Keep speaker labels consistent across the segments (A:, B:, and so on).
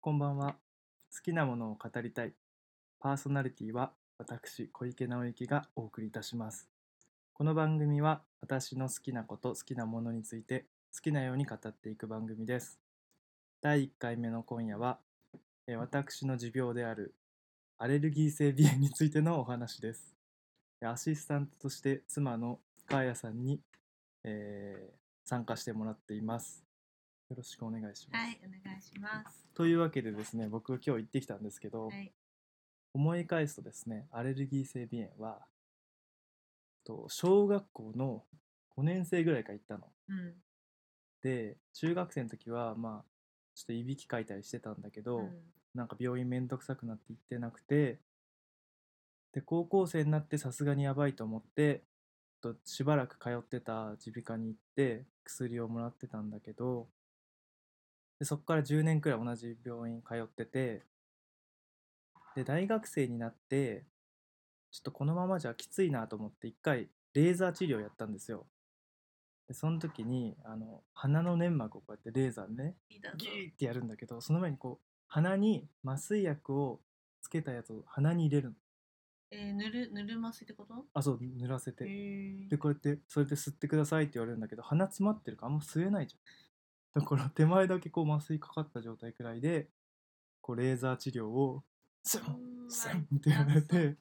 A: こんばんは。好きなものを語りたい。パーソナリティは私、小池直之がお送りいたします。この番組は私の好きなこと、好きなものについて好きなように語っていく番組です。第1回目の今夜は、えー私の持病であるアレルギー性鼻炎についてのお話です。えアシスタントとして妻のカーヤさんに、えー参加してもらっています。よろしくお願いします。
B: はい、お願いします。
A: というわけでですね僕今日行ってきたんですけど、
B: はい、
A: 思い返すとですねアレルギー性鼻炎はと小学校の5年生ぐらいから行ったの
B: うん、
A: で中学生の時はまあちょっといびきかいたりしてたんだけど、
B: うん、
A: なんか病院めんどくさくなって行ってなくてで高校生になってさすがにやばいと思ってとしばらく通ってた耳鼻科に行って薬をもらってたんだけどでそこから10年くらい同じ病院通っててで大学生になってちょっとこのままじゃきついなと思って一回レーザー治療やったんですよでその時にあの鼻の粘膜をこうやってレーザーでね
B: いいだぞ
A: ギューってやるんだけどその前にこう鼻に麻酔薬をつけたやつを鼻に入れるの
B: えー、ぬる、ぬるま水ってこと。
A: あそう塗らせ
B: え
A: て
B: ー
A: でこうやってそれで吸ってくださいって言われるんだけど鼻詰まってるからあんま吸えないじゃんだから手前だけこう麻酔かかった状態くらいでこうレーザー治療をスンスンってやられて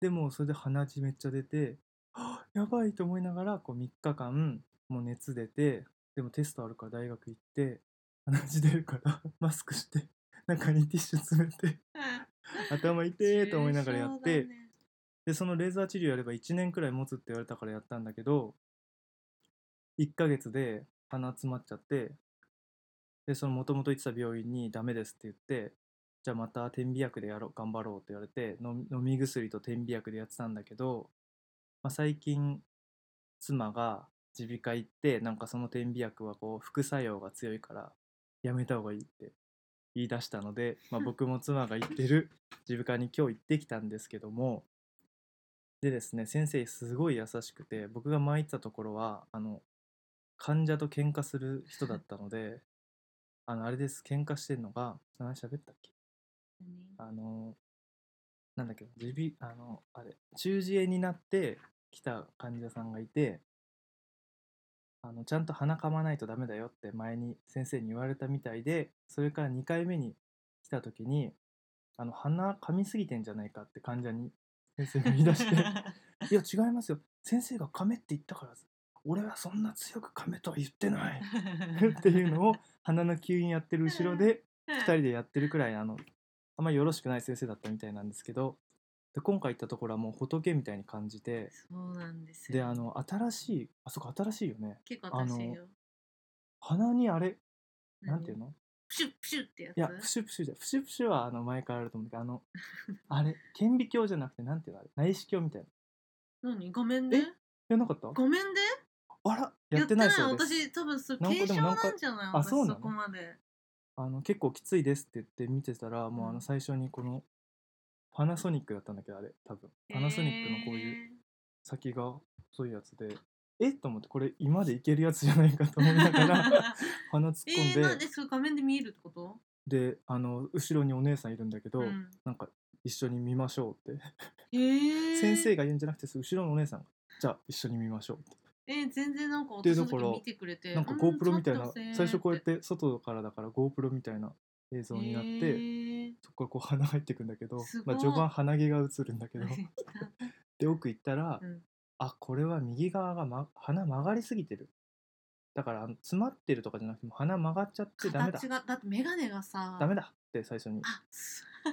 A: でもうそれで鼻血めっちゃ出てはぁやばいと思いながらこう3日間もう熱出てでもテストあるから大学行って鼻血出るから マスクして中にティッシュ詰めて頭痛えと思いながらやって、でそのレーザー治療やれば1年くらい持つって言われたからやったんだけど1ヶ月で鼻詰まっちゃってでそのもともと行ってた病院に「ダメです」って言ってじゃあまた点鼻薬でやろう頑張ろうって言われて飲み飲み薬と点鼻薬でやってたんだけど、まあ、最近妻が耳鼻科行ってなんかその点鼻薬はこう副作用が強いからやめた方がいいって言い出したので、まあ、僕も妻が行ってる耳鼻科に今日行ってきたんですけどもでですね先生すごい優しくて僕が前行ったところはあの患者と喧嘩する人だったのであのあれです喧嘩してるのが何喋ったっけあのなんだっけ耳鼻あのあれ中耳炎になって来た患者さんがいてあのちゃんと鼻かまないとダメだよって前に先生に言われたみたいでそれから2回目に来た時にあの鼻噛みすぎてんじゃないかって患者に先生が言い出 していや違いますよ先生が噛めって言ったから俺はそんな強く噛めとは言って ないっていうのを鼻の吸引やってる後ろ で
B: 二
A: 2人でやってるくらいあのあんまりよろしくない先生だったみたいなんですけどで今回行ったところはもう仏みたいに感じて
B: そうなんですよ。
A: であの新しいあそこ新しいよね
B: 結構新しいよ。
A: 鼻にあれな
B: 何
A: んていうの
B: プシュップシュッってやつ。
A: いやプシュプシュじゃプシュプシュはあの前からあると思うけどあのあれ顕微鏡じゃなくてなんていうのあれ内視鏡みたいな
B: 何、画面で
A: え。やんなかった
B: 画面で。
A: あらやってないそうです
B: 私、多分、それ
A: なんか
B: 軽
A: で
B: 症
A: もなんか
B: なんじゃない。
A: あ
B: 私
A: そうなの
B: そこまで。
A: あの結構きついですって言って見てたらもうあ
B: う
A: の
B: ん
A: 最初にこのパナソニックだったんだけどあれ多分パナソニックのこういう先が細いやつでえっと思ってこれ今でいけるやつじゃないかと思いなが ら鼻突っ
B: え
A: 込んで
B: ー、、なんでそれ画面で見えるってこと
A: であの後ろにお姉さんいるんだけど、
B: うん
A: なんか一緒に見ましょうって、
B: えー、
A: 先生が言うんじゃなくて後ろのお姉さんがじゃあ一緒に見ましょうって、
B: えー、全然なんか
A: で
B: 私の
A: だから
B: 時見てくれて
A: なんか
B: う
A: GoPro みたいな、
B: ちょっとせー
A: 最初こうやって外からだから GoPro みたいな映像になって、
B: えー
A: そこからこう鼻入ってくんだけど
B: す、ご
A: ま
B: い
A: あ、序盤鼻毛が映るんだけどで奥行ったら、
B: うん
A: あこれは右側が、ま、鼻曲がりすぎてるだからあの詰まってるとかじゃなくてもう鼻曲がっちゃってダメだ
B: 形がだって眼鏡がさ
A: ダメだって最初に
B: あす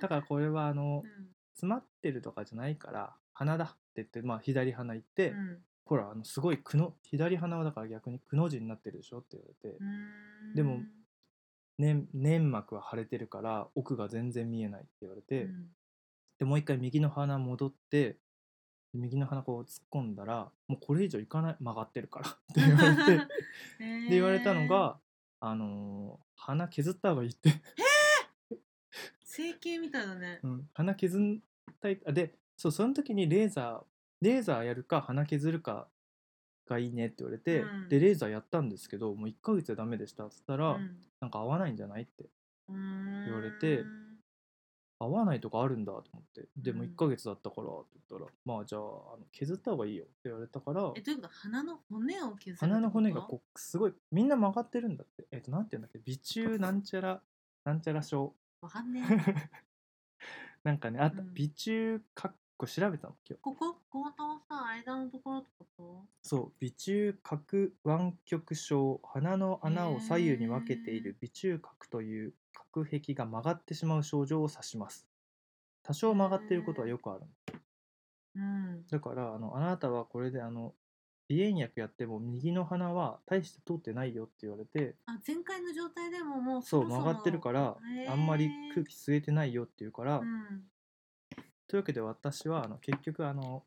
A: だからこれはあの
B: うん
A: 詰まってるとかじゃないから鼻だって言って、まあ、左鼻行って、
B: うん
A: ほらあのすごいくの左鼻はだから逆にくの字になってるでしょって言われて
B: う、ーん
A: でもね、粘膜は腫れてるから奥が全然見えないって言われて、
B: うん
A: でもう一回右の鼻戻って右の鼻こう突っ込んだらもうこれ以上いかない曲がってるからって言われ て
B: え
A: で
B: ー
A: 言われたのが、あのー鼻削った方がいいって
B: 整形みたいだね
A: うん、 鼻削ったいあでそうその時にレーザーレーザーやるか鼻削るかがいいねって言われて、
B: うん
A: でレーザーやったんですけどもう1ヶ月でダメでしたっつったら、
B: うん
A: なんか合わないんじゃないって
B: うーん
A: 言われて合わないとかあるんだと思ってでも
B: うん
A: 1ヶ月だったからって言ったら、まあじゃああの削った方がいいよって言われたから
B: えということは鼻の骨を削るってこと
A: 鼻の骨がこうすごいみんな曲がってるんだってえっ、となんて言うんだっけ微中なんちゃらなんちゃら症
B: わかんねえ
A: なんかねあった、
B: うん
A: 微中かっこ調べたの今日
B: こ ここことさ間のところってこと
A: そう微中角湾曲症鼻の穴を左右に分けている微中角という角壁が曲がってしまう症状を指します多少曲がっていることはよくあるの
B: うん
A: だからあのあなたはこれであの鼻炎薬やっても右の鼻は大して通ってないよって言われて
B: あ前回の状態でももう
A: そう
B: そもそも
A: 曲がってるから
B: へえ
A: あんまり空気吸えてないよって言うから、
B: うん
A: というわけで私はあの結局あの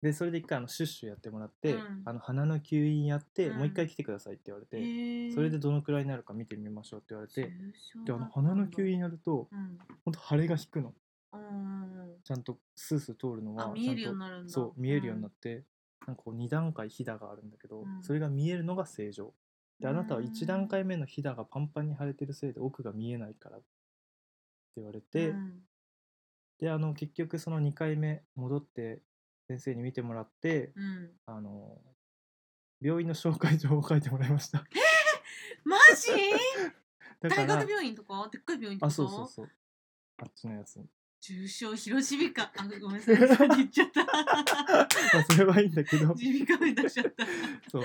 A: でそれで一回あのシュッシュやってもらって、
B: うん
A: あの鼻の吸引やって、
B: うん
A: もう一回来てくださいって言われて、
B: へえ
A: それでどのくらいになるか見てみましょうって言われて、
B: 重症
A: であ
B: だ
A: の
B: ったんだ
A: 鼻の吸引やると
B: うん
A: ほんと腫れが引くの
B: うん
A: ちゃんとスースー通るの
B: あ
A: は
B: 見える
A: ちゃ
B: ようんに
A: と
B: なるんだ
A: そう見えるようになっ、
B: って
A: なんかこう2段階ひだがあるんだけど、
B: うん
A: それが見えるのが正常であなたは1段階目のひだがパンパンに腫れてるせいで奥が見えないからって言われて、であの結局その2回目戻って先生に見てもらって
B: うん
A: あの病院の紹介状を書いてもらいました
B: マジ
A: だか
B: 大
A: ら
B: 学病院とかでっかい病院ってこと
A: あそうそうそうあっちのやつに
B: 重症広しびかあごめんなさい先に言っちゃっ た
A: まあそれはいいんだ けど
B: 耳鼻科みたいになっちゃった
A: そう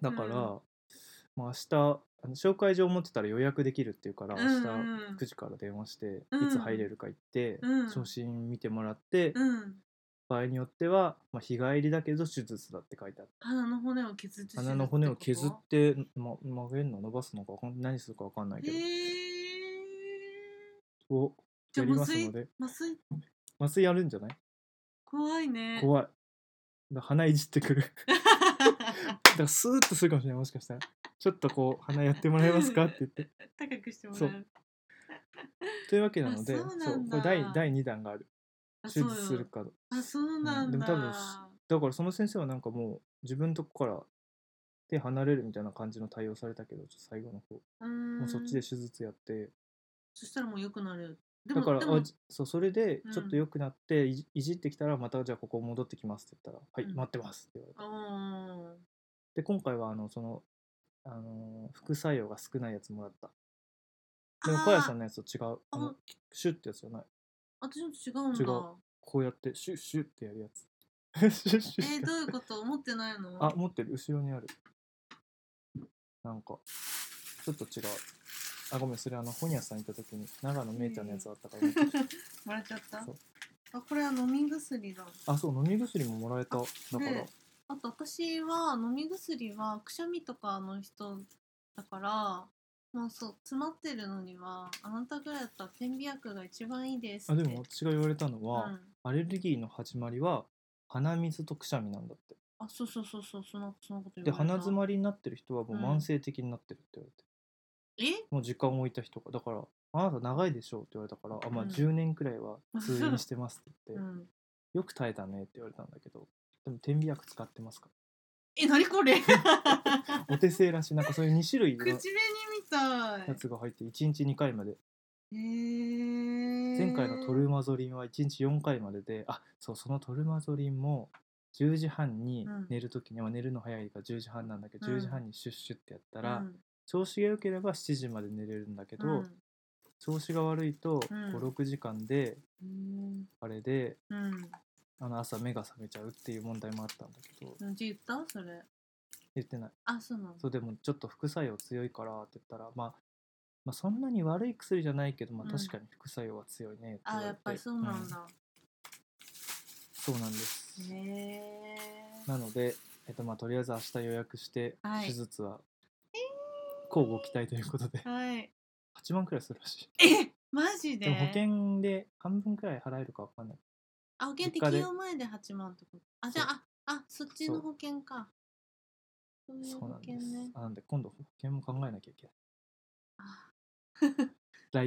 A: だから、
B: うん
A: まあ明日あの紹介状持ってたら予約できるっていうから明日
B: うんうん
A: 9時から電話して、
B: うん
A: いつ入れるか行って、
B: うん
A: 初診見てもらって、
B: うん
A: 場合によっては、まあ、日帰りだけど手術だって書いてあって
B: 鼻の骨を削って
A: 鼻の骨を削って、ま、曲げるの伸ばすのかわかん何するか分かんない
B: へ
A: け
B: え
A: どを
B: じゃ
A: や
B: あ
A: りま
B: 麻
A: すの
B: 酔
A: で
B: 麻酔
A: 麻酔やるんじゃない
B: 怖いね
A: 怖いだ鼻いじってくる だからスーッとするかもしれないもしかしたらちょっとこう鼻やってもらえますかって言っ て
B: 高くしても
A: そ
B: ら
A: う
B: う
A: というわけなので
B: あそうなんだ
A: これ第第2弾がある
B: あ
A: 手
B: そう
A: 術するか
B: あそうなんだ、
A: でも多分だからその先生はなんかもう自分のとこから手離れるみたいな感じの対応されたけどちょっと最後の方、
B: うーん
A: もうそっちで手術やって
B: そしたらもう良くなるで
A: だ
B: も
A: から
B: でも
A: あそうそれで
B: うん
A: ちょっと良くなっていじ,、いじってきたらまたじゃあここ戻ってきますって言ったら「はい、
B: うん
A: 待ってます」って言われて
B: あ
A: で今回はあのその、あのー副作用が少ないやつもらった
B: ー
A: でもかやさんのやつと違うあ
B: あ
A: のシュッってやつじゃない
B: あ私のと違うんだ
A: 違うこうやってシュッシュッってやるやつ シュッシ
B: え
A: ュッし
B: ー、
A: か
B: どういうこと思ってないの
A: あ持ってる後ろにあるなんかちょっと違うあごめんそれあの本屋さん行った時に長野めいちゃんのやつあったから、
B: もらっちゃった
A: そう
B: あこれは飲み薬だ
A: あそう飲み薬ももらえただから、
B: ねあと私は飲み薬はくしゃみとかの人だからもうそう詰まってるのにはあなたぐらいだったら点鼻薬が一番いいです
A: あ
B: って
A: でも私が言われたの
B: う
A: は、
B: ん、
A: アレルギーの始まりは鼻水とくしゃみなんだって
B: あそうそうそうそうそのそのこと言わ
A: で
B: れた
A: 鼻づまりになってる人はもう
B: うん
A: 慢性的になってるって言われて、
B: え
A: もう時間を置いた人がだからあなた長いでしょうって言われたから、あまあ、
B: うん
A: 10年くらいは通院してますって言っ
B: う
A: て、
B: ん
A: よく耐えたねって言われたんだけどでも点鼻薬使ってますか
B: え何 これ口
A: らお手製らしいなんかそういう2種 類の
B: 紅み たい
A: やつが入って1日2回まで
B: へえ
A: 前回のトルマゾリンは1日4回までであそうそのトルマゾリンも10時半に
B: うん
A: 寝る時には寝るの早いから10時半なんだけど
B: うん
A: 10時半にシュッシュってやった
B: から
A: 調子が良ければ7時まで寝れるんだけど調子が悪いと
B: うん
A: 56時間で
B: うん
A: あれで
B: うん
A: あの朝目が覚めちゃうっていう問題もあったんだけど
B: うんじゃあ言ったそれ
A: 言ってない
B: あそうなの
A: そうでもちょっと副作用強いからって言ったらまあまあそんなに悪い薬じゃないけど、まあ、
B: うん
A: 確かに副作用は強いねって言わ
B: あ
A: れて、
B: やっぱりそうなん
A: うん
B: だ
A: そうなんです
B: へえ
A: なので、えっとまあ、とりあえず明日予約して、
B: はい
A: 手術は交互期待ということで、
B: はい
A: 8万くらいするらしい。
B: えマジで
A: でも保険で半分くらい払えるかわかんない。
B: あ保険
A: 実家で
B: 適用前で8万ってことあじゃあああそっちの
A: そ
B: 保険かそういう
A: そう
B: 保
A: なん
B: 険
A: です。
B: ね
A: あなんで今度保険も考えなきゃいけ
B: あ
A: ない。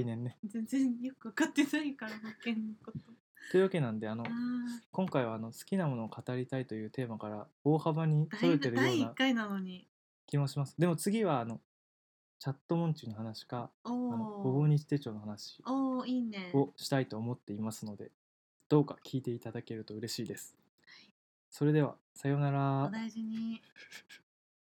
A: 来年ね。
B: 全然よく分かってないから保険のこと
A: というわけなんであの
B: あー
A: 今回はあの好きなものを語りたいというテーマから大幅にそ
B: だい
A: れて
B: ぶ
A: るよ
B: 第
A: う
B: 一
A: な
B: 回なのに。
A: 気もしますでも次はあのチャットモンチュの話か
B: お
A: あのほ
B: お
A: ぼ
B: ー。
A: 日手帳の話
B: おお、いいね。
A: をしたいと思っていますのでどうか聞いていただけると嬉しいですそれではさようなら
B: お大事に。